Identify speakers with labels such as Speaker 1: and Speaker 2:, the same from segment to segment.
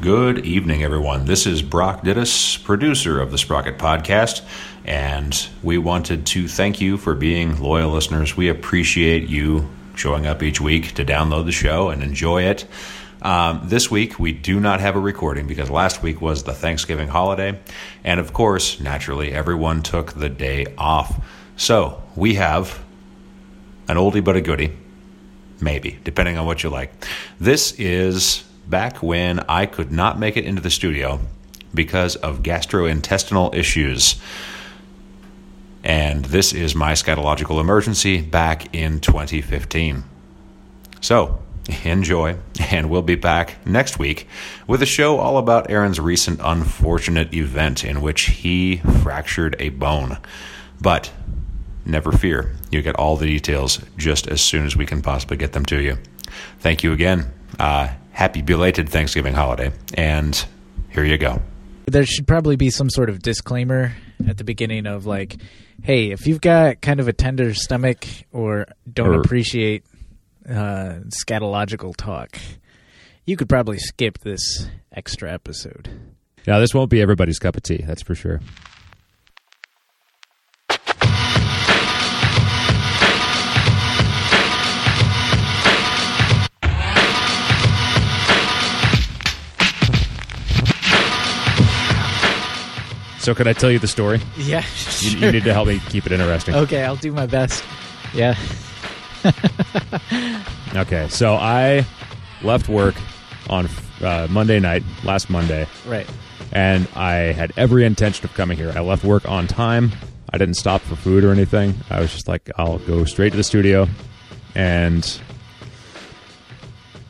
Speaker 1: Good evening, everyone. This is Brock Dittus, producer of the Sprocket Podcast, and we wanted to thank you for being loyal listeners. We appreciate you showing up each week to download the show and enjoy it. Um, this week, we do not have a recording because last week was the Thanksgiving holiday. And of course, naturally, everyone took the day off. So we have an oldie but a goodie, maybe, depending on what you like. This is back when I could not make it into the studio because of gastrointestinal issues. And this is my scatological emergency back in 2015. So, enjoy, and we'll be back next week with a show all about Aaron's recent unfortunate event in which he fractured a bone. But never fear, you get all the details just as soon as we can possibly get them to you. Thank you again. Uh, happy belated Thanksgiving holiday, and here you go.
Speaker 2: there should probably be some sort of disclaimer at the beginning of like, hey, if you've got kind of a tender stomach or don't
Speaker 1: Or-
Speaker 2: appreciate uh, scatological talk, you could probably skip this extra episode.
Speaker 3: Now, this won't be everybody's cup of tea, that's for sure. So, could I tell you the story?
Speaker 2: Yeah.
Speaker 3: You, you need to help me keep it interesting.
Speaker 2: okay, I'll do my best. Yeah.
Speaker 3: Okay, so I left work on uh, Monday night, last Monday,
Speaker 2: Right.
Speaker 3: and I had every intention of coming here. I left work on time. I didn't stop for food or anything. I was just like, I'll go straight to the studio. And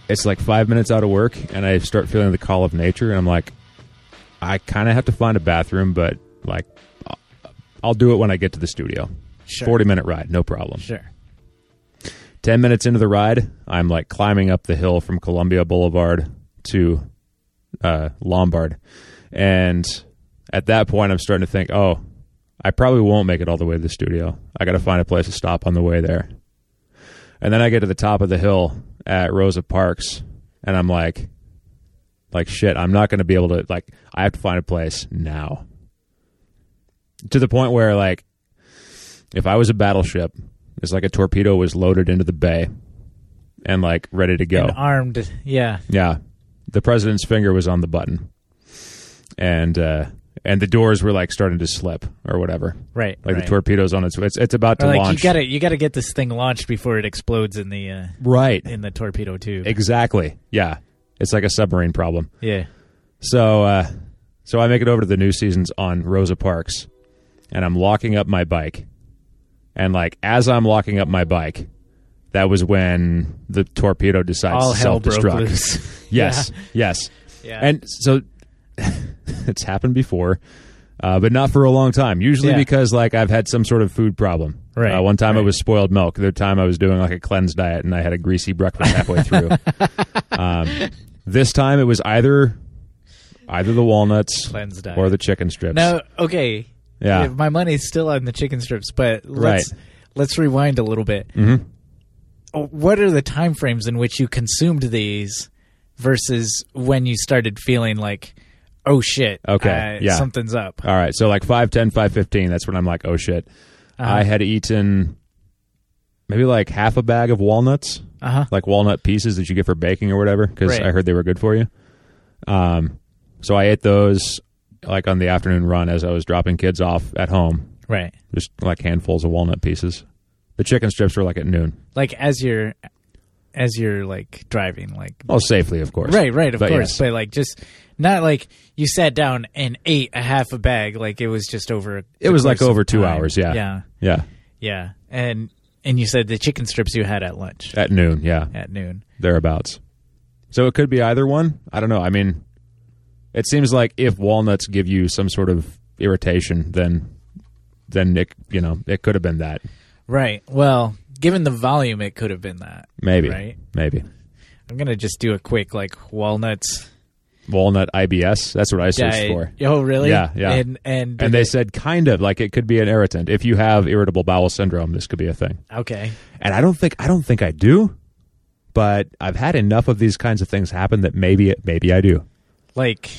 Speaker 3: it's like five minutes out of work, and I start feeling the call of nature. And I'm like, I kind of have to find a bathroom, but like, I'll- I'll do it when I get to the studio.
Speaker 2: Sure.
Speaker 3: 40 minute ride, no problem.
Speaker 2: Sure.
Speaker 3: 10 minutes into the ride, I'm like climbing up the hill from Columbia Boulevard to uh, Lombard. And at that point, I'm starting to think, oh, I probably won't make it all the way to the studio. I got to find a place to stop on the way there. And then I get to the top of the hill at Rosa Parks, and I'm like, like shit, I'm not going to be able to like I have to find a place now. To the point where like if I was a battleship, it's like a torpedo was loaded into the bay and like ready to go.
Speaker 2: And armed. Yeah.
Speaker 3: Yeah, the president's finger was on the button, and uh, and the doors were like starting to slip or whatever.
Speaker 2: Right.
Speaker 3: Like
Speaker 2: right.
Speaker 3: the torpedo's on its it's it's about to
Speaker 2: Or like
Speaker 3: launch.
Speaker 2: you gotta you gotta get this thing launched before it explodes in the uh,
Speaker 3: right.
Speaker 2: in the torpedo tube.
Speaker 3: Exactly. Yeah, it's like a submarine problem.
Speaker 2: yeah.
Speaker 3: So uh, so I make it over to the new seasons on Rosa Parks, and I'm locking up my bike, and like as I'm locking up my bike. That was when the torpedo decides
Speaker 2: All
Speaker 3: to
Speaker 2: hell broke
Speaker 3: self-destruct.
Speaker 2: loose.
Speaker 3: Yes, yes.
Speaker 2: Yeah.
Speaker 3: And so it's happened before, uh, but not for a long time. Usually
Speaker 2: Yeah.
Speaker 3: because like I've had some sort of food problem.
Speaker 2: Right,
Speaker 3: Uh, one time it
Speaker 2: right.
Speaker 3: was spoiled milk. The other time I was doing like a cleanse diet and I had a greasy breakfast halfway through. um, this time it was either either the walnuts
Speaker 2: Cleanse diet.
Speaker 3: or the chicken strips.
Speaker 2: Now, okay.
Speaker 3: Yeah.
Speaker 2: My money's still on the chicken strips, but let's
Speaker 3: Right.
Speaker 2: let's rewind a little bit.
Speaker 3: Mhm.
Speaker 2: What are the time frames in which you consumed these versus when you started feeling like, oh shit,
Speaker 3: Okay,
Speaker 2: uh,
Speaker 3: yeah.
Speaker 2: something's up?
Speaker 3: All right, so like 5:10, 5:15, that's when I'm like, "Oh shit."
Speaker 2: Uh-huh.
Speaker 3: I had eaten maybe like half a bag of walnuts.
Speaker 2: Uh huh.
Speaker 3: like walnut pieces that you get for baking or whatever because
Speaker 2: Right.
Speaker 3: I heard they were good for you. Um, so I ate those like on the afternoon run as I was dropping kids off at home,
Speaker 2: Right.
Speaker 3: just like handfuls of walnut pieces. The chicken strips were like at noon.
Speaker 2: Like as you're as you're like driving, like
Speaker 3: Oh, safely, of course.
Speaker 2: right, right, of
Speaker 3: But
Speaker 2: course,
Speaker 3: yes.
Speaker 2: but like just not like you sat down and ate a half a bag, like it was just over.
Speaker 3: It
Speaker 2: the
Speaker 3: was like
Speaker 2: course of
Speaker 3: over two
Speaker 2: time.
Speaker 3: hours. Yeah.
Speaker 2: Yeah.
Speaker 3: Yeah.
Speaker 2: Yeah, and and you said the chicken strips you had at lunch
Speaker 3: At noon. Yeah.
Speaker 2: at noon.
Speaker 3: Thereabouts. So it could be either one. I don't know. I mean, it seems like if walnuts give you some sort of irritation, then then it you know it could have been that
Speaker 2: Right. Well, given the volume, it could have been that.
Speaker 3: maybe
Speaker 2: Right.
Speaker 3: maybe
Speaker 2: I'm gonna just do a quick like walnuts
Speaker 3: walnut IBS. That's what I searched
Speaker 2: diet.
Speaker 3: for.
Speaker 2: Oh, really?
Speaker 3: Yeah, yeah.
Speaker 2: And and,
Speaker 3: And they said kind of like it could be an irritant. If you have irritable bowel syndrome, this could be a thing.
Speaker 2: okay.
Speaker 3: And I don't think I don't think I do, but I've had enough of these kinds of things happen that maybe it maybe I do.
Speaker 2: like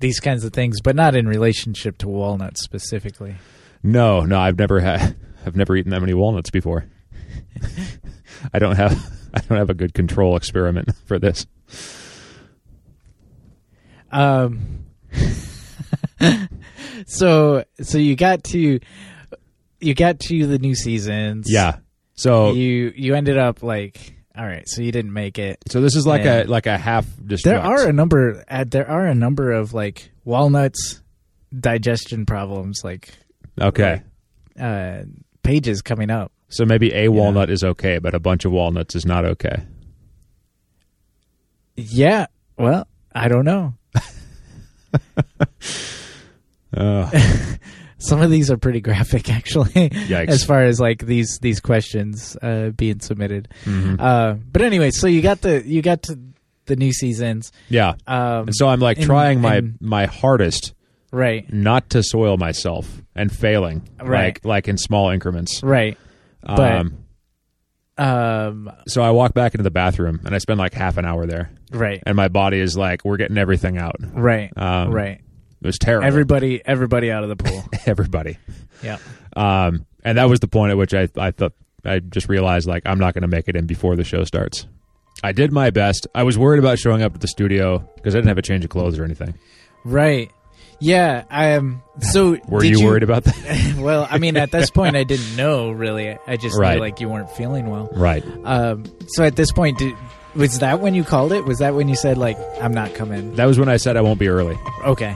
Speaker 2: these kinds of things, but not in relationship to walnuts specifically.
Speaker 3: No, no, I've never had. I've never eaten that many walnuts before. I don't have. I don't have a good control experiment for this.
Speaker 2: Um, so so you got to you got to the new seasons.
Speaker 3: Yeah. So
Speaker 2: You you ended up like all right, so you didn't make it.
Speaker 3: so this is like
Speaker 2: Yeah.
Speaker 3: a like a half.
Speaker 2: There
Speaker 3: destruct.
Speaker 2: are a number uh, there are a number of like walnuts digestion problems like
Speaker 3: okay.
Speaker 2: uh pages coming up.
Speaker 3: So maybe a walnut is okay, but a bunch of walnuts is not okay.
Speaker 2: Yeah. Well, I don't know.
Speaker 3: Uh,
Speaker 2: Some of these are pretty graphic actually
Speaker 3: Yikes.
Speaker 2: as far as like these these questions uh being submitted.
Speaker 3: Mm-hmm.
Speaker 2: Uh but anyway, so you got the you got to the new seasons.
Speaker 3: yeah.
Speaker 2: Um
Speaker 3: And so I'm like
Speaker 2: and-
Speaker 3: trying my
Speaker 2: and-
Speaker 3: my hardest
Speaker 2: right.
Speaker 3: not to soil myself and failing,
Speaker 2: Right.
Speaker 3: like like in small increments.
Speaker 2: Right. But-
Speaker 3: um,
Speaker 2: Um
Speaker 3: so I walk back into the bathroom and I spend like half an hour there,
Speaker 2: right.
Speaker 3: and my body is like, we're getting everything out. It
Speaker 2: Right.
Speaker 3: Um,
Speaker 2: right.
Speaker 3: was terrible.
Speaker 2: Everybody everybody out of the pool.
Speaker 3: everybody.
Speaker 2: yeah.
Speaker 3: Um, and that was the point at which I I thought I just realized like I'm not going to make it in before the show starts. I did my best. I was worried about showing up at the studio because I didn't have a change of clothes or anything.
Speaker 2: Right. Yeah, I am. So
Speaker 3: Were
Speaker 2: did
Speaker 3: you, worried about that?
Speaker 2: well, I mean, at this point, I didn't know really. I just
Speaker 3: Right.
Speaker 2: knew like you weren't feeling well.
Speaker 3: right.
Speaker 2: Um, so at this point, did, was that when you called it? Was that when you said like I'm not coming?
Speaker 3: That was when I said I won't be early.
Speaker 2: Okay.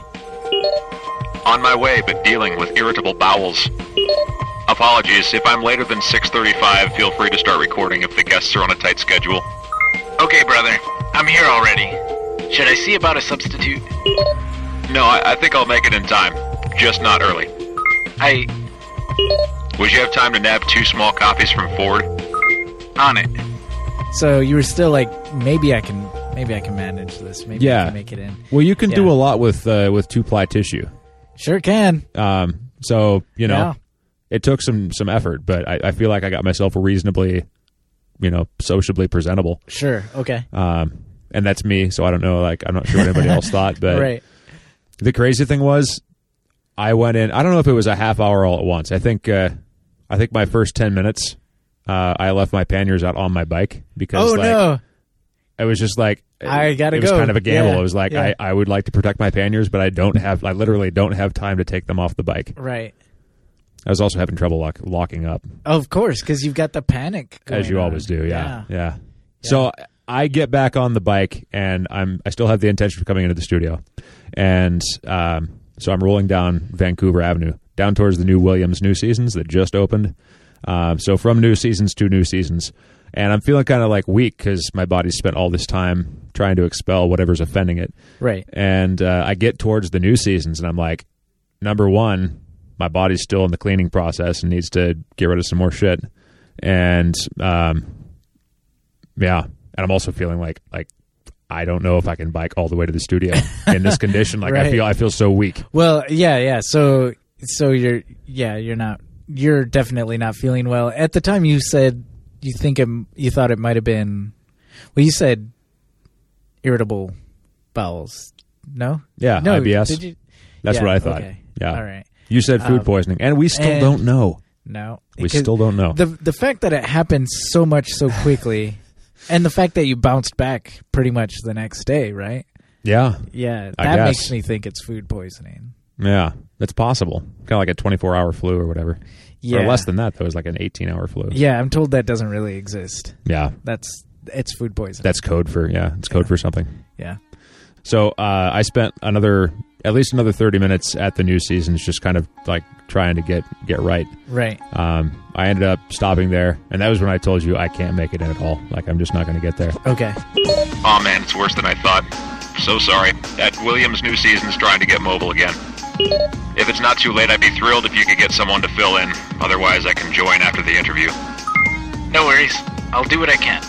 Speaker 4: On my way, but dealing with irritable bowels. Apologies, if I'm later than 6.35, feel free to start recording if the guests are on a tight schedule.
Speaker 5: Okay, brother. I'm here already. Should I see about a substitute?
Speaker 4: No, I, I think I'll make it in time, just not early.
Speaker 5: I.
Speaker 4: Would you have time to nab two small copies from Ford?
Speaker 5: on it.
Speaker 2: So you were still like maybe I can maybe I can manage this. Maybe I
Speaker 3: Yeah.
Speaker 2: can make it in.
Speaker 3: Well, you can
Speaker 2: Yeah.
Speaker 3: do a lot with uh, with two ply tissue.
Speaker 2: Sure can.
Speaker 3: Um, so you know,
Speaker 2: Yeah.
Speaker 3: it took some some effort, but I, I feel like I got myself reasonably, you know, sociably presentable.
Speaker 2: Sure. Okay.
Speaker 3: Um, and that's me. So I don't know. Like I'm not sure what anybody else thought, but
Speaker 2: right.
Speaker 3: the crazy thing was, I went in. I don't know if it was a half hour all at once. I think uh, I think my first ten minutes, uh, I left my panniers out on my bike because
Speaker 2: Oh
Speaker 3: like,
Speaker 2: no.
Speaker 3: I was just like,
Speaker 2: I gotta
Speaker 3: It was
Speaker 2: go.
Speaker 3: kind of a gamble.
Speaker 2: Yeah,
Speaker 3: It was like,
Speaker 2: yeah.
Speaker 3: I, I would like to protect my panniers, but I don't have. I literally don't have time to take them off the bike.
Speaker 2: Right.
Speaker 3: I was also having trouble lock, locking up,
Speaker 2: Of course, because you've got the panic.
Speaker 3: as
Speaker 2: going
Speaker 3: you
Speaker 2: on.
Speaker 3: always do. Yeah, yeah. So I get back on the bike, and I'm. I still have the intention of coming into the studio, and um, so I'm rolling down Vancouver Avenue, down towards the new Williams New Seasons that just opened. Um, so from New Seasons to New Seasons, and I'm feeling kind of like weak because my body spent all this time trying to expel whatever's offending it.
Speaker 2: Right.
Speaker 3: and uh, I get towards the new seasons, and I'm like, number one, my body's still in the cleaning process and needs to get rid of some more shit, and um, yeah, and I'm also feeling like like I don't know if I can bike all the way to the studio in this condition. Like I
Speaker 2: Right.
Speaker 3: feel I feel so weak.
Speaker 2: Well, yeah, yeah. So, so you're, yeah, you're not, you're definitely not feeling well. At the time, you said you think it, you thought it might have been, well, you said irritable bowels. No,
Speaker 3: Yeah,
Speaker 2: no,
Speaker 3: IBS.
Speaker 2: Did you?
Speaker 3: That's
Speaker 2: Yeah,
Speaker 3: what I thought.
Speaker 2: okay.
Speaker 3: Yeah,
Speaker 2: All right.
Speaker 3: You said food
Speaker 2: Um,
Speaker 3: poisoning, and we still
Speaker 2: and-
Speaker 3: don't know.
Speaker 2: No,
Speaker 3: We still don't know.
Speaker 2: The the fact that it happened so much so quickly, and the fact that you bounced back pretty much the next day, right?
Speaker 3: yeah,
Speaker 2: Yeah,
Speaker 3: I
Speaker 2: that
Speaker 3: guess.
Speaker 2: makes me think it's food poisoning.
Speaker 3: yeah, that's possible. Kind of like a 24 hour flu or whatever.
Speaker 2: Yeah,
Speaker 3: Or less than that, though, is like an 18 hour flu.
Speaker 2: Yeah, I'm told that doesn't really exist.
Speaker 3: yeah.
Speaker 2: That's it's food poisoning.
Speaker 3: That's code for yeah, it's code for something.
Speaker 2: yeah.
Speaker 3: So uh, I spent another at least another thirty minutes at the new seasons, just kind of like trying to get get right.
Speaker 2: Right.
Speaker 3: Um, I ended up stopping there, and that was when I told you I can't make it in at all. Like I'm just not going to get there.
Speaker 2: Okay.
Speaker 4: Aw Oh, man, it's worse than I thought. So sorry. At Williams New Season's trying to get mobile again. If it's not too late, I'd be thrilled if you could get someone to fill in. Otherwise, I can join after the interview.
Speaker 5: No worries. I'll do what I can.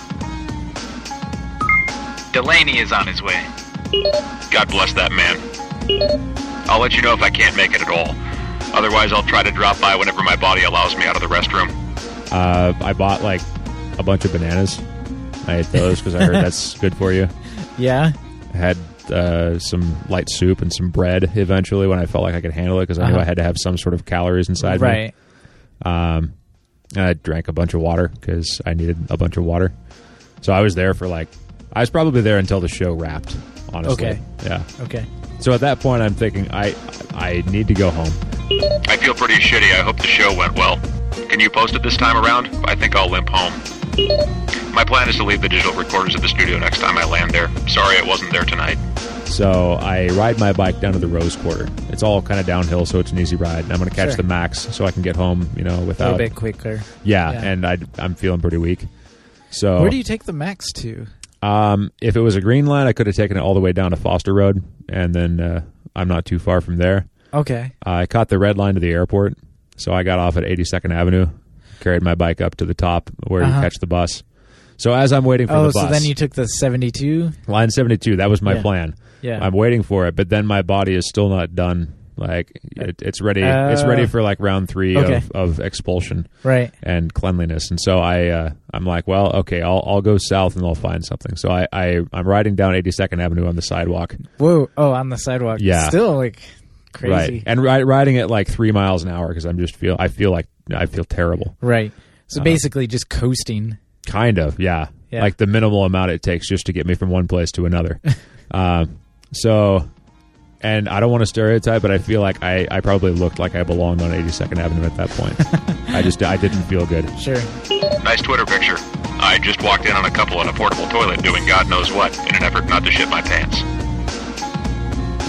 Speaker 5: Delaney is on his way.
Speaker 4: God bless that man. I'll let you know if I can't make it at all. Otherwise, I'll try to drop by whenever my body allows me out of the restroom.
Speaker 3: Uh, I bought like a bunch of bananas. I ate those because I heard that's good for you.
Speaker 2: Yeah.
Speaker 3: I had uh, some light soup and some bread eventually when I felt like I could handle it because I knew
Speaker 2: Uh-huh.
Speaker 3: I had to have some sort of calories inside me.
Speaker 2: right.
Speaker 3: Um, and I drank a bunch of water because I needed a bunch of water. So I was there for like, I was probably there until the show wrapped. Honestly,
Speaker 2: Okay.
Speaker 3: yeah.
Speaker 2: Okay.
Speaker 3: So at that point, I'm thinking I I need to go home.
Speaker 4: I feel pretty shitty. I hope the show went well. Can you post it this time around? I think I'll limp home. My plan is to leave the digital recorders at the studio next time I land there. Sorry it wasn't there tonight.
Speaker 3: So I ride my bike down to the Rose Quarter. It's all kind of downhill, so it's an easy ride. And I'm going to catch
Speaker 2: Sure.
Speaker 3: the max so I can get home. You know,
Speaker 2: A little
Speaker 3: without
Speaker 2: bit quicker.
Speaker 3: yeah,
Speaker 2: Yeah.
Speaker 3: And I I'm feeling pretty weak. So
Speaker 2: Where do you take the max to?
Speaker 3: Um, if it was a green line, I could have taken it all the way down to Foster Road, and then uh, I'm not too far from there.
Speaker 2: Okay.
Speaker 3: I caught the red line to the airport, so I got off at 82nd Avenue, carried my bike up to the top where you
Speaker 2: Uh-huh.
Speaker 3: catch the bus. So as I'm waiting for
Speaker 2: Oh,
Speaker 3: the bus,
Speaker 2: so then you took the 72?
Speaker 3: line 72. That was my
Speaker 2: Yeah.
Speaker 3: plan.
Speaker 2: Yeah.
Speaker 3: I'm waiting for it, but then my body is still not done. Like it, it's ready. it's ready
Speaker 2: Uh,
Speaker 3: for like round three
Speaker 2: okay.
Speaker 3: of, of expulsion
Speaker 2: right.
Speaker 3: and cleanliness. And so I, uh, I'm like, well, okay, I'll, I'll go south and I'll find something. So I, I, I'm riding down 82nd Avenue on the sidewalk,
Speaker 2: Whoa. Oh, on the sidewalk.
Speaker 3: Yeah.
Speaker 2: Still like
Speaker 3: right,
Speaker 2: crazy.
Speaker 3: and ri- riding at like three miles an hour because I'm just feel, I feel like I feel terrible,
Speaker 2: Right.
Speaker 3: Uh-huh.
Speaker 2: So basically just coasting.
Speaker 3: kind of, yeah,
Speaker 2: Yeah.
Speaker 3: like the minimal amount it takes just to get me from one place to another. um, so, and I don't want to stereotype, but I feel like I, I probably looked like I belonged on 82nd Avenue at that point. I just, I didn't feel good.
Speaker 2: Sure.
Speaker 4: Nice Twitter picture. I just walked in on a couple on a portable toilet doing God knows what in an effort not to shit my pants.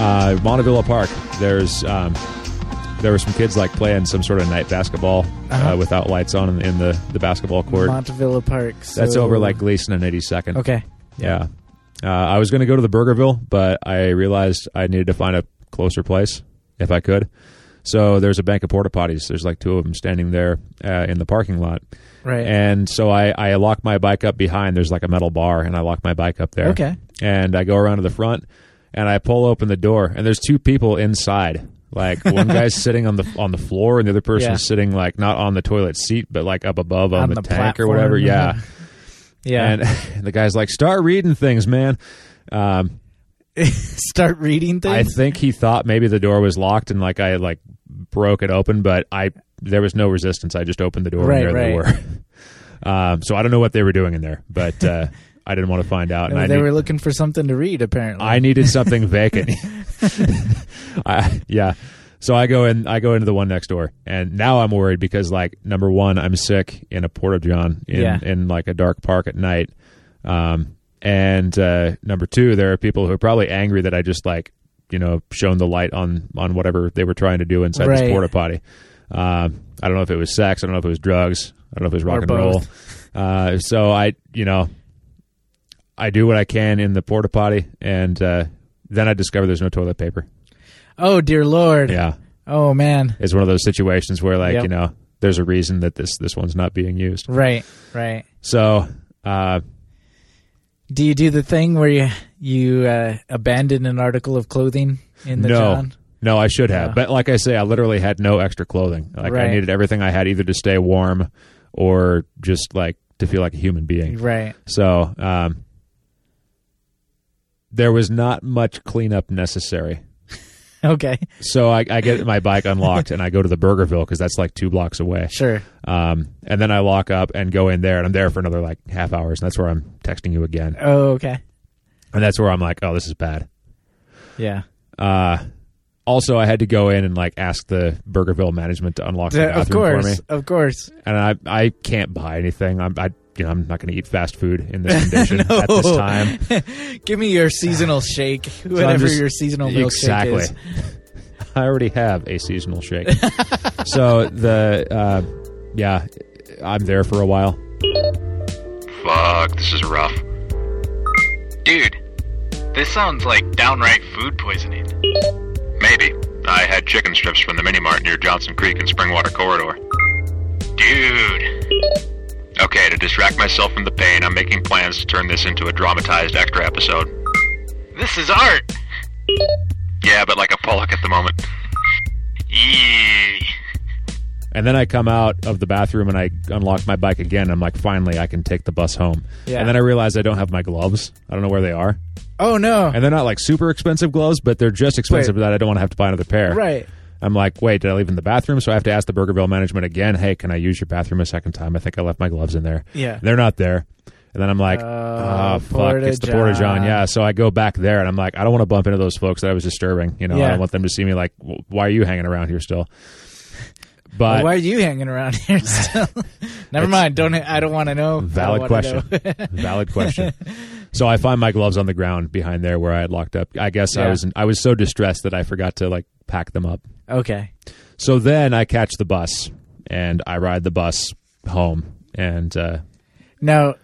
Speaker 3: uh, Montevilla Park. There's um, there were some kids like playing some sort of night basketball uh
Speaker 2: Uh-huh.
Speaker 3: without lights on in, in the the basketball court.
Speaker 2: Montevilla Park. So.
Speaker 3: That's over like Gleason and 82nd.
Speaker 2: Okay.
Speaker 3: Yeah. Uh, I was going to go to the Burgerville, but I realized I needed to find a closer place if I could. So there's a bank of porta potties. There's like two of them standing there uh, in the parking lot.
Speaker 2: Right.
Speaker 3: And so I, I lock my bike up behind. There's like a metal bar, and I lock my bike up there.
Speaker 2: Okay.
Speaker 3: And I go around to the front, and I pull open the door, and there's two people inside. Like one guy's sitting on the on the floor, and the other person's
Speaker 2: Yeah.
Speaker 3: sitting like not on the toilet seat, but like up above on,
Speaker 2: On
Speaker 3: the,
Speaker 2: the
Speaker 3: tank or
Speaker 2: platform. Mm-hmm.
Speaker 3: whatever. Yeah.
Speaker 2: yeah.
Speaker 3: And the guy's like, "Start reading things, man." Um,
Speaker 2: Start reading
Speaker 3: I
Speaker 2: things.
Speaker 3: think he thought maybe the door was locked, and like I like broke it open, but I there was no resistance. I just opened the door,
Speaker 2: Right,
Speaker 3: and there they
Speaker 2: right.
Speaker 3: were. um, so I don't know what they were doing in there, but uh, I didn't want to find out, and I
Speaker 2: they
Speaker 3: need-
Speaker 2: were looking for something to read, apparently.
Speaker 3: I needed something vacant. I, yeah. So I go in. I go into the one next door, and now I'm worried because, like, number one, I'm sick in a porta john in
Speaker 2: Yeah.
Speaker 3: in like a dark park at night, um, and uh, number two, there are people who are probably angry that I just like you know shown the light on on whatever they were trying to do inside this
Speaker 2: Right.
Speaker 3: porta potty. Um, I don't know if it was sex. I don't know if it was drugs. I don't know if it was rock
Speaker 2: Or
Speaker 3: and roll. Uh, so I, you know, I do what I can in the porta potty, and uh, then I discover there's no toilet paper.
Speaker 2: oh, dear Lord.
Speaker 3: Yeah,
Speaker 2: Oh, man.
Speaker 3: it's one of those situations where like
Speaker 2: Yep.
Speaker 3: you know there's a reason that this this one's not being used.
Speaker 2: Right. Right.
Speaker 3: So uh,
Speaker 2: Do you do the thing where you you uh, abandon an article of clothing in the
Speaker 3: no,
Speaker 2: John?
Speaker 3: no, I should have.
Speaker 2: Yeah.
Speaker 3: But like I say, I literally had no extra clothing. Like I
Speaker 2: Right.
Speaker 3: needed everything I had either to stay warm or just like to feel like a human being.
Speaker 2: Right.
Speaker 3: So um, there was not much cleanup necessary.
Speaker 2: Okay.
Speaker 3: So I, I get my bike unlocked and I go to the Burgerville because that's like two blocks away.
Speaker 2: Sure.
Speaker 3: Um, and then I lock up and go in there and I'm there for another like half hours. And that's where I'm texting you again.
Speaker 2: Oh, okay.
Speaker 3: And that's where I'm like, oh, this is bad.
Speaker 2: Yeah.
Speaker 3: Uh, also, I had to go in and like ask the Burgerville management to unlock the
Speaker 2: Uh, of
Speaker 3: bathroom for me.
Speaker 2: course. Of course.
Speaker 3: And I, I can't buy anything. I'm, I, you know, I'm not going to eat fast food in this condition at this time.
Speaker 2: Give me your seasonal shake,
Speaker 3: So I'm
Speaker 2: whatever
Speaker 3: just-
Speaker 2: your seasonal milkshake
Speaker 3: exactly.
Speaker 2: is.
Speaker 3: I already have a seasonal shake. so the uh, yeah, I'm there for a while.
Speaker 4: Fuck, this is rough.
Speaker 5: Dude, this sounds like downright food poisoning.
Speaker 4: Maybe. I had chicken strips from the mini mart near Johnson Creek and Springwater Corridor.
Speaker 5: Dude,
Speaker 4: Okay, to distract myself from the pain, I'm making plans to turn this into a dramatized extra episode.
Speaker 5: this is art.
Speaker 4: Yeah, but like a Pollock at the moment.
Speaker 5: Eee.
Speaker 3: And then I come out of the bathroom and I unlock my bike again. I'm like, finally, I can take the bus home.
Speaker 2: Yeah.
Speaker 3: And then I realize I don't have my gloves. I don't know where they are.
Speaker 2: Oh no!
Speaker 3: And they're not like super expensive gloves, but they're just expensive
Speaker 2: Wait.
Speaker 3: that I don't want to have to buy another pair.
Speaker 2: Right.
Speaker 3: I'm like, wait, did I leave in the bathroom? So I have to ask the Burgerville management again, hey, can I use your bathroom a second time? I think I left my gloves in there.
Speaker 2: Yeah.
Speaker 3: They're not there. And then I'm like,
Speaker 2: Oh,
Speaker 3: oh, fuck, it's the Porta John.
Speaker 2: Porta-John.
Speaker 3: Yeah. So I go back there and I'm like, I don't want to bump into those folks that I was disturbing. You know, I
Speaker 2: Yeah.
Speaker 3: don't want them to see me like, w- why are you hanging around here still? But
Speaker 2: Why are you hanging around here still? Never mind. Don't. I don't want to know. I don't
Speaker 3: Valid
Speaker 2: wanna
Speaker 3: question.
Speaker 2: know.
Speaker 3: Valid question. So I find my gloves on the ground behind there where I had locked up. I guess I
Speaker 2: Yeah.
Speaker 3: was I was so distressed that I forgot to like pack them up.
Speaker 2: okay.
Speaker 3: So then I catch the bus and I ride the bus home and uh,
Speaker 2: Now,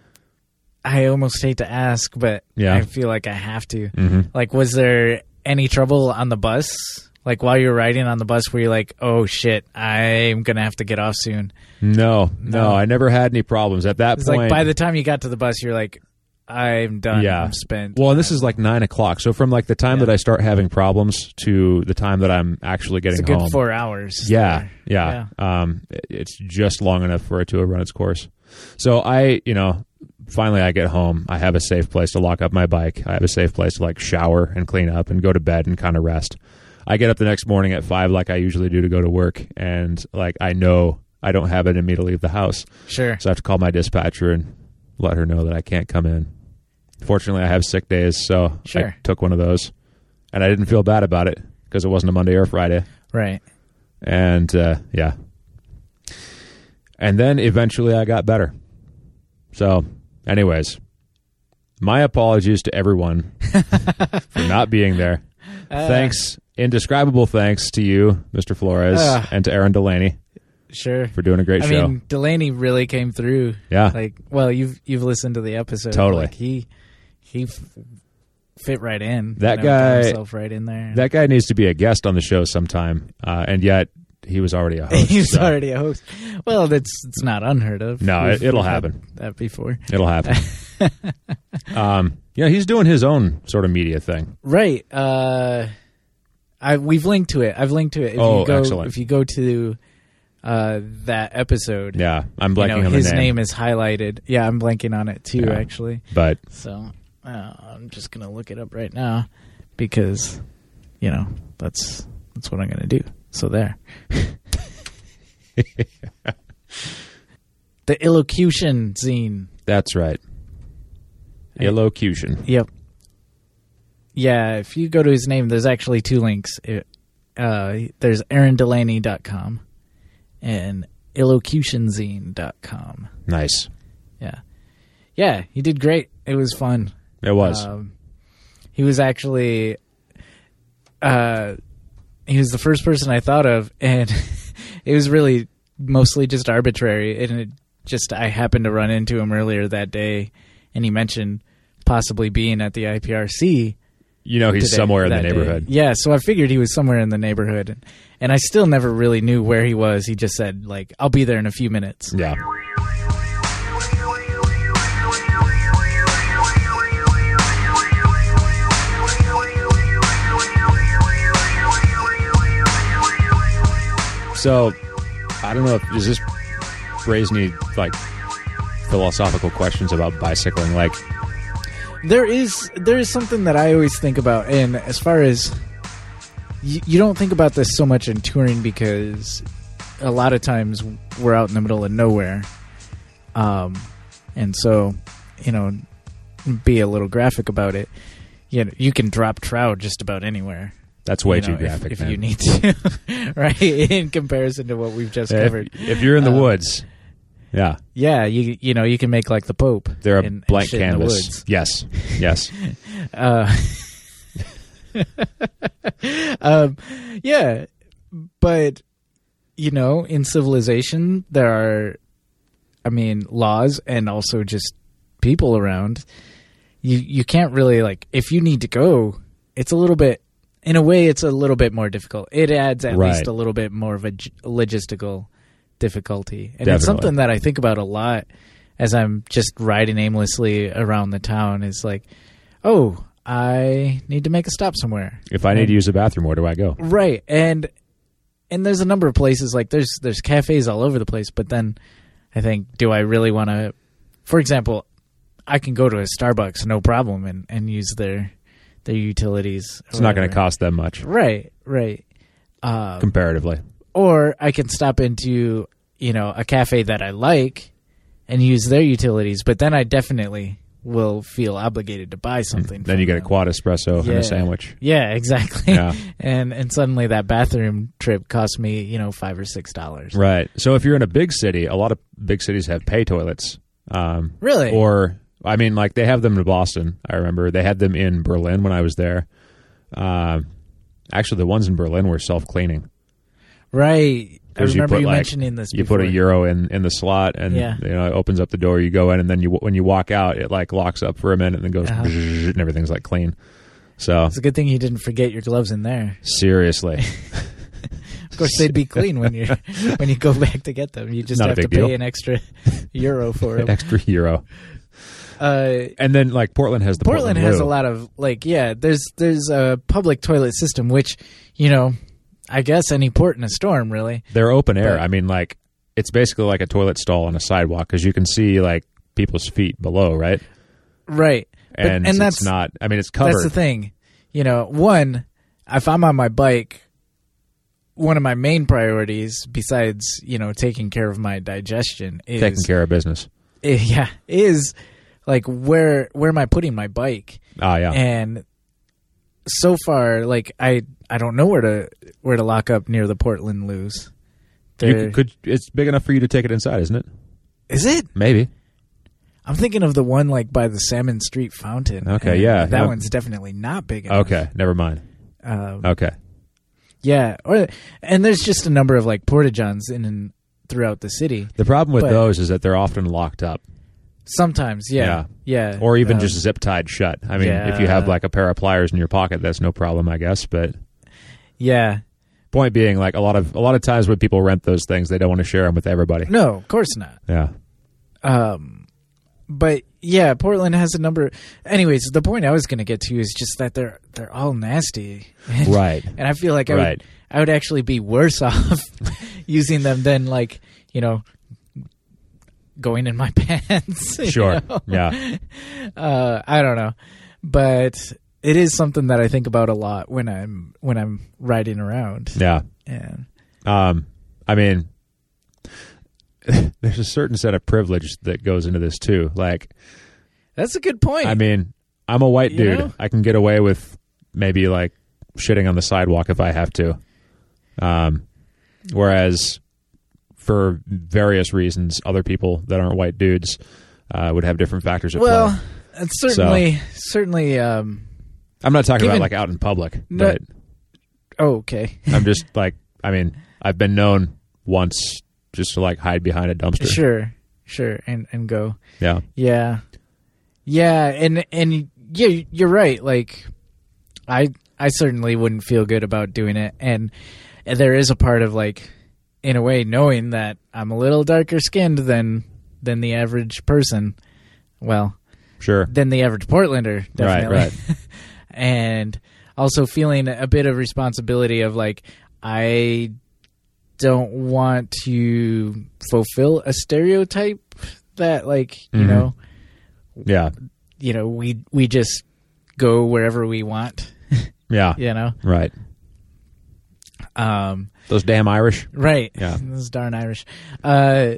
Speaker 2: I almost hate to ask, but
Speaker 3: Yeah. Mm-hmm.
Speaker 2: I feel like I have to. Like, was there any trouble on the bus? Like while you were riding on the bus, were you like, "Oh shit, I'm gonna have to get off soon"?
Speaker 3: no, no, I never had any problems at that
Speaker 2: It's
Speaker 3: point.
Speaker 2: like by the time you got to the bus, you're like, "I'm done.
Speaker 3: yeah,
Speaker 2: I'm spent."
Speaker 3: Well, and this is like nine o'clock. So from like the time
Speaker 2: Yeah.
Speaker 3: that I start having problems to the time that I'm actually getting
Speaker 2: it's a good
Speaker 3: home,
Speaker 2: four hours.
Speaker 3: Yeah,
Speaker 2: there.
Speaker 3: yeah. Um, it- it's just long enough for it to have run its course. So I, you know, finally I get home. I have a safe place to lock up my bike. I have a safe place to like shower and clean up and go to bed and kind of rest. I get up the next morning at five, like I usually do, to go to work, and like I know I don't have it in me to leave the house,
Speaker 2: sure.
Speaker 3: so I have to call my dispatcher and let her know that I can't come in. Fortunately, I have sick days, so
Speaker 2: Sure.
Speaker 3: I took one of those, and I didn't feel bad about it because it wasn't a Monday or a Friday
Speaker 2: Right.
Speaker 3: and uh, yeah and then eventually i got better so anyways my apologies to everyone for not being there
Speaker 2: Uh.
Speaker 3: thanks indescribable thanks to you mr flores
Speaker 2: Ah.
Speaker 3: and to aaron delaney
Speaker 2: Sure.
Speaker 3: for doing a great
Speaker 2: I
Speaker 3: show
Speaker 2: mean, Delaney really came through.
Speaker 3: Yeah.
Speaker 2: Like, well, you've you've listened to the episode.
Speaker 3: Totally.
Speaker 2: Like, he he f- fit right in.
Speaker 3: That
Speaker 2: You know, got
Speaker 3: guy-
Speaker 2: himself right in there.
Speaker 3: that guy needs to be a guest on the show sometime uh, and yet he was already a host
Speaker 2: He's
Speaker 3: so
Speaker 2: already a host. Well, that's it's not unheard of.
Speaker 3: No,
Speaker 2: We've-
Speaker 3: it- it'll
Speaker 2: we've had
Speaker 3: happen.
Speaker 2: That before,
Speaker 3: it'll happen um, yeah he's doing his own sort of media thing
Speaker 2: right? Uh, I we've linked to it. I've linked to it. If
Speaker 3: Oh,
Speaker 2: you go,
Speaker 3: excellent.
Speaker 2: If you go to uh, that episode,
Speaker 3: yeah i'm
Speaker 2: you
Speaker 3: blanking
Speaker 2: know,
Speaker 3: on
Speaker 2: his
Speaker 3: the
Speaker 2: name.
Speaker 3: name,
Speaker 2: is highlighted. Yeah, I'm blanking on it too,
Speaker 3: Yeah.
Speaker 2: actually.
Speaker 3: but
Speaker 2: So uh, I'm just gonna look it up right now because you know that's that's what I'm gonna do. So there. the illocution zine.
Speaker 3: That's right.
Speaker 2: Hey.
Speaker 3: Illocution.
Speaker 2: Yep. Yeah, if you go to his name, there's actually two links. It, uh, there's aarondelaney.com and illocutionzine.com.
Speaker 3: Nice.
Speaker 2: Yeah. Yeah, he did great. It was fun.
Speaker 3: It was.
Speaker 2: Um, he was actually, uh, he was the first person I thought of, and it was really mostly just arbitrary. And it just I happened to run into him earlier that day, and he mentioned possibly being at the IPRC.
Speaker 3: you know he's
Speaker 2: today-
Speaker 3: somewhere in the
Speaker 2: that day.
Speaker 3: neighborhood.
Speaker 2: Yeah, so I figured he was somewhere in the neighborhood, and I still never really knew where he was. He just said like, "I'll be there in a few minutes."
Speaker 3: Yeah. So I don't know if does this raise any like philosophical questions about bicycling? Like
Speaker 2: there is there is something that I always think about, and as far as you, you don't think about this so much in touring because a lot of times we're out in the middle of nowhere, um, and so you know, be a little graphic about it. You know, you can drop trout just about anywhere.
Speaker 3: that's way
Speaker 2: you
Speaker 3: too
Speaker 2: know, if-
Speaker 3: graphic.
Speaker 2: if,
Speaker 3: man.
Speaker 2: you need to, right? In comparison to what we've just
Speaker 3: Yeah,
Speaker 2: covered,
Speaker 3: if, if you're in the
Speaker 2: Uh,
Speaker 3: woods, yeah,
Speaker 2: yeah, you you know you can make like the Pope.
Speaker 3: they're a
Speaker 2: and- and
Speaker 3: blank
Speaker 2: shit in the
Speaker 3: canvas.
Speaker 2: woods.
Speaker 3: yes, yes,
Speaker 2: Uh, um, yeah, but you know, in civilization, there are, I mean, laws and also just people around. You you can't really like if you need to go. It's a little bit, in a way, it's a little bit more difficult. It adds at
Speaker 3: Right.
Speaker 2: least a little bit more of a g- logistical difficulty, and
Speaker 3: Definitely.
Speaker 2: it's something that I think about a lot as I'm just riding aimlessly around the town. Is like, oh, I need to make a stop somewhere.
Speaker 3: if I need to use the bathroom, where do I go?
Speaker 2: Right. And and there's a number of places like there's there's cafes all over the place, but then I think do I really want to? For example, I can go to a Starbucks no problem and and use their their utilities.
Speaker 3: It's not going to cost that much
Speaker 2: Right, right. Uh,
Speaker 3: comparatively.
Speaker 2: Or I can stop into you know a cafe that I like and use their utilities, but then I definitely will feel obligated to buy something.
Speaker 3: Then you
Speaker 2: from
Speaker 3: get a
Speaker 2: them.
Speaker 3: quad espresso and a sandwich.
Speaker 2: Yeah, exactly.
Speaker 3: Yeah.
Speaker 2: and and suddenly that bathroom trip cost me, you know, five or six dollars.
Speaker 3: Right. So if you're in a big city, a lot of big cities have pay toilets. Um,
Speaker 2: Really?
Speaker 3: Or I mean, like they have them in Boston. I remember they had them in Berlin when I was there. Um, actually, the ones in Berlin were self cleaning.
Speaker 2: Right. I remember you,
Speaker 3: put like,
Speaker 2: mentioning this.
Speaker 3: You
Speaker 2: Before.
Speaker 3: put a euro in, in the slot, and
Speaker 2: Yeah.
Speaker 3: you know it opens up the door. You go in, and then you when you walk out, it like locks up for a minute, and then goes,
Speaker 2: Uh-huh.
Speaker 3: bzzz, and everything's like clean. So
Speaker 2: It's a good thing you didn't forget your gloves in there.
Speaker 3: seriously,
Speaker 2: Of course, they'd be clean when you when you go back to get them. You just
Speaker 3: Not a
Speaker 2: have to
Speaker 3: big
Speaker 2: pay
Speaker 3: deal.
Speaker 2: an extra euro for them.
Speaker 3: extra euro.
Speaker 2: Uh,
Speaker 3: And then like Portland has the
Speaker 2: Portland has
Speaker 3: loo.
Speaker 2: a lot of like, yeah. There's there's a public toilet system, which you know, I guess any port in a storm, really.
Speaker 3: They're open air.
Speaker 2: But-
Speaker 3: I mean, like it's basically like a toilet stall on a sidewalk because you can see like people's feet below, right?
Speaker 2: Right. But-
Speaker 3: And,
Speaker 2: and
Speaker 3: it's
Speaker 2: that's
Speaker 3: not. I mean, it's covered.
Speaker 2: That's the thing. You know, one, if I'm on my bike, one of my main priorities, besides you know taking care of my digestion, is
Speaker 3: Taking care of business.
Speaker 2: eh, yeah, is like where where am I putting my bike?
Speaker 3: Ah, yeah.
Speaker 2: And so far, like I I don't know where to where to lock up near the Portland Loos.
Speaker 3: you could. It's big enough for you to take it inside, isn't it?
Speaker 2: is it?
Speaker 3: Maybe.
Speaker 2: I'm thinking of the one like by the Salmon Street Fountain.
Speaker 3: Okay,
Speaker 2: And
Speaker 3: yeah,
Speaker 2: that
Speaker 3: yeah.
Speaker 2: one's definitely not big enough.
Speaker 3: Okay. Never mind.
Speaker 2: Um,
Speaker 3: Okay.
Speaker 2: Yeah, or and there's just a number of like porta johns in and throughout the city.
Speaker 3: The problem with
Speaker 2: But-
Speaker 3: those is that they're often locked up,
Speaker 2: Sometimes, yeah, yeah,
Speaker 3: or even
Speaker 2: um,
Speaker 3: just zip tied shut. I mean, if you have
Speaker 2: yeah.
Speaker 3: like a pair of pliers in your pocket, that's no problem, I guess. But
Speaker 2: yeah.
Speaker 3: point being, like a lot of a lot of times when people rent those things, they don't want to share them with everybody.
Speaker 2: No, of course not.
Speaker 3: Yeah.
Speaker 2: But yeah, Portland has a number. Anyways, the point I was going to get to is just that they're they're all nasty, And-
Speaker 3: Right.
Speaker 2: And I feel like I
Speaker 3: Right.
Speaker 2: would I would actually be worse off using them than like you know going in my pants. you
Speaker 3: Sure.
Speaker 2: know?
Speaker 3: Yeah.
Speaker 2: uh, I don't know, but it is something that I think about a lot when I'm when I'm riding around.
Speaker 3: Yeah.
Speaker 2: And
Speaker 3: Um, I mean, there's a certain set of privilege that goes into this too. Like,
Speaker 2: that's a good point.
Speaker 3: I mean, I'm a white
Speaker 2: You
Speaker 3: dude.
Speaker 2: know?
Speaker 3: I can get away with maybe like shitting on the sidewalk if I have to. Um, whereas for various reasons, other people that aren't white dudes uh, would have different factors at
Speaker 2: well,
Speaker 3: play.
Speaker 2: it's certainly certainly. Um,
Speaker 3: I'm not talking about
Speaker 2: given-
Speaker 3: like out in public,
Speaker 2: No-
Speaker 3: but
Speaker 2: oh, okay,
Speaker 3: I'm just like, I mean, I've been known once just to like hide behind a dumpster.
Speaker 2: sure, sure, and and go.
Speaker 3: Yeah.
Speaker 2: Yeah, yeah, and and yeah, you're right. Like, I I certainly wouldn't feel good about doing it, and there is a part of like, in a way, knowing that I'm a little darker skinned than than the average person. Well,
Speaker 3: Sure.
Speaker 2: than the average Portlander, definitely.
Speaker 3: Right,
Speaker 2: and also feeling a bit of responsibility of like, I don't want to fulfill a stereotype that like,
Speaker 3: Mm-hmm.
Speaker 2: you know,
Speaker 3: Yeah.
Speaker 2: you know, we we just go wherever we want,
Speaker 3: Yeah.
Speaker 2: you know.
Speaker 3: Right.
Speaker 2: Um
Speaker 3: Those damn Irish.
Speaker 2: Right.
Speaker 3: Yeah.
Speaker 2: This is darn Irish. Uh,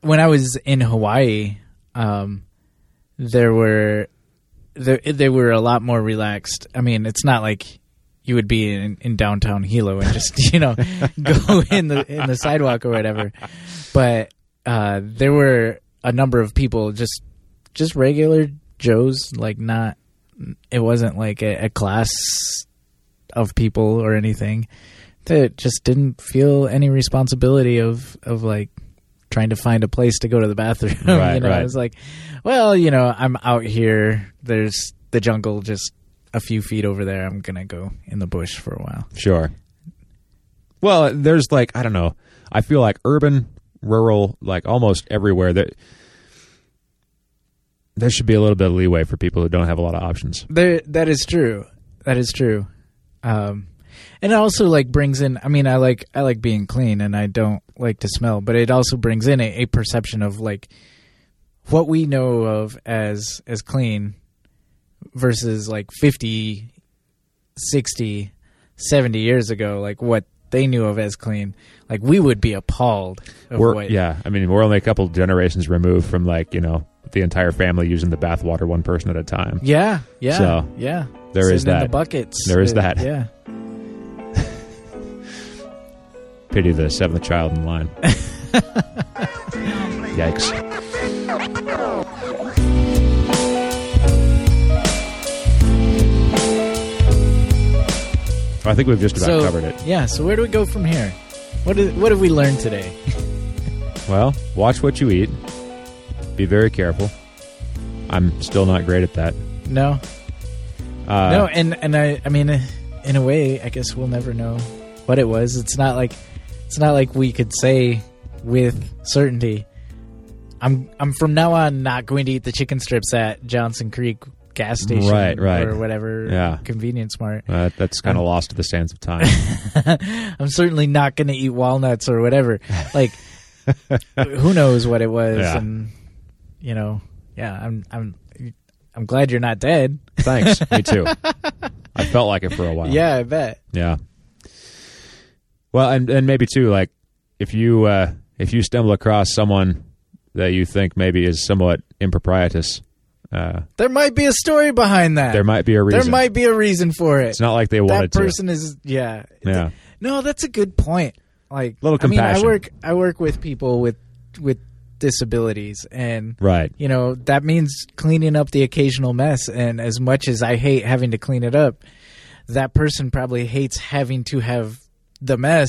Speaker 2: when I was in Hawaii, um, there were there they were a lot more relaxed. I mean, it's not like you would be in, in downtown Hilo and just you know go in the in the sidewalk or whatever. But uh, there were a number of people just just regular Joes, like not. It wasn't like a, a class of people or anything that just didn't feel any responsibility of of like trying to find a place to go to the bathroom.
Speaker 3: Right,
Speaker 2: you know,
Speaker 3: right.
Speaker 2: I was like, well, you know, I'm out here. There's the jungle just a few feet over there. I'm gonna go in the bush for a while.
Speaker 3: Sure. Well, there's like I don't know. I feel like urban, rural, like almost everywhere that there should be a little bit of leeway for people who don't have a lot of options.
Speaker 2: There, that is true. That is true. Um, and it also like brings in. I mean, I like I like being clean, and I don't like to smell, but it also brings in a, a perception of like what we know of as as clean versus like 50 60 70 years ago like what they knew of as clean like we would be appalled of
Speaker 3: We're
Speaker 2: what
Speaker 3: yeah. I mean, we're only a couple generations removed from like you know the entire family using the bathwater one person at a time.
Speaker 2: Yeah, yeah,
Speaker 3: So,
Speaker 2: yeah.
Speaker 3: there is
Speaker 2: Sitting in the
Speaker 3: that.
Speaker 2: buckets.
Speaker 3: There is
Speaker 2: Uh,
Speaker 3: that.
Speaker 2: Yeah,
Speaker 3: Pity the seventh child in line. Yikes. I think we've just about
Speaker 2: so
Speaker 3: covered it.
Speaker 2: yeah. So where do we go from here? What is, what have we learned today?
Speaker 3: Well, watch what you eat. Be very careful. I'm still not great at that.
Speaker 2: No,
Speaker 3: Uh,
Speaker 2: no, and and I I mean, in a way, I guess we'll never know what it was. It's not like it's not like we could say with certainty. I'm I'm from now on not going to eat the chicken strips at Johnson Creek gas station,
Speaker 3: Right, right.
Speaker 2: or whatever
Speaker 3: Yeah.
Speaker 2: convenience mart.
Speaker 3: uh, that's kind of lost to the sands of time.
Speaker 2: I'm certainly not going to eat walnuts or whatever. Like, who knows what it was?
Speaker 3: Yeah.
Speaker 2: And you know, yeah, I'm, I'm, I'm glad you're not dead.
Speaker 3: Thanks. Me too. I felt like it for a while.
Speaker 2: Yeah, I bet.
Speaker 3: Yeah. Well, and and maybe too, like if you uh, if you stumble across someone that you think maybe is somewhat improprietous, uh,
Speaker 2: There might be a story behind that.
Speaker 3: there might be a reason.
Speaker 2: There might be a reason for it.
Speaker 3: It's not like they wanted
Speaker 2: that person is. Yeah.
Speaker 3: to. Yeah.
Speaker 2: No, that's a good point. Like,
Speaker 3: Little
Speaker 2: I mean, I
Speaker 3: compassion.
Speaker 2: work, I work with people with, with disabilities, and
Speaker 3: Right.
Speaker 2: you know that means cleaning up the occasional mess and as much as i hate having to clean it up that person probably hates having to have the mess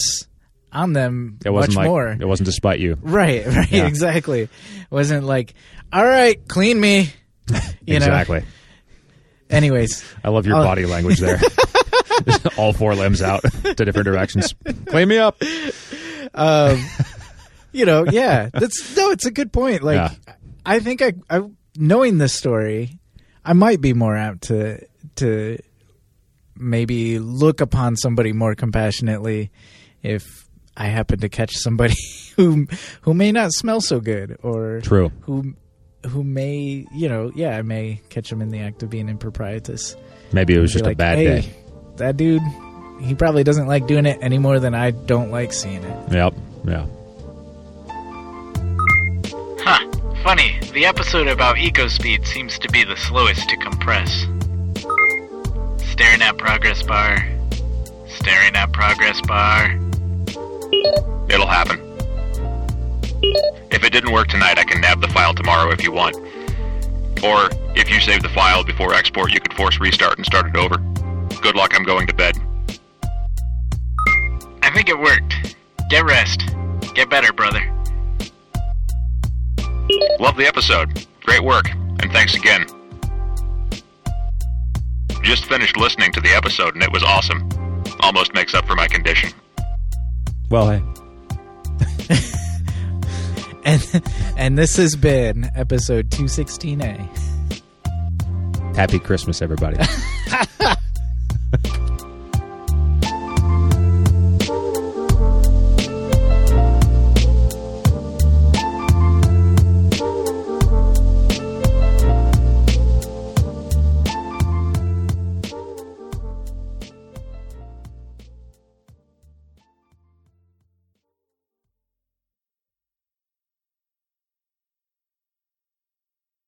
Speaker 2: on them
Speaker 3: It wasn't
Speaker 2: much
Speaker 3: like
Speaker 2: more
Speaker 3: it wasn't despite you.
Speaker 2: right right
Speaker 3: Yeah.
Speaker 2: exactly it wasn't like all right clean me you
Speaker 3: exactly.
Speaker 2: know anyways
Speaker 3: I love your
Speaker 2: Oh.
Speaker 3: body language there. All four limbs out to different directions. Clean me up.
Speaker 2: um you know yeah that's no it's a good point like
Speaker 3: Yeah.
Speaker 2: i think I, I knowing this story i might be more apt to to maybe look upon somebody more compassionately if i happen to catch somebody who who may not smell so good or
Speaker 3: True.
Speaker 2: who who may you know yeah i may catch them in the act of being improprietous
Speaker 3: Maybe it was just
Speaker 2: Be
Speaker 3: a
Speaker 2: like,
Speaker 3: bad
Speaker 2: "Hey,
Speaker 3: day.
Speaker 2: that dude he probably doesn't like doing it any more than i don't like seeing it
Speaker 3: Yep. Yeah.
Speaker 5: Huh. Funny, the episode about EcoSpeed seems to be the slowest to compress. Staring at progress bar. Staring at progress bar.
Speaker 4: It'll happen.
Speaker 5: If it didn't work tonight, I can nab the file tomorrow if you want.
Speaker 4: Or, if you save the file before export, you could force restart and start it over. Good luck, I'm going to bed.
Speaker 5: I think it worked. Get rest. Get better, brother.
Speaker 4: Love the episode. Great work, and thanks again. Just finished listening to the episode, and it was awesome. Almost makes up for my condition.
Speaker 3: Well, hey.
Speaker 2: and and this has been episode 216a
Speaker 3: Happy Christmas, everybody.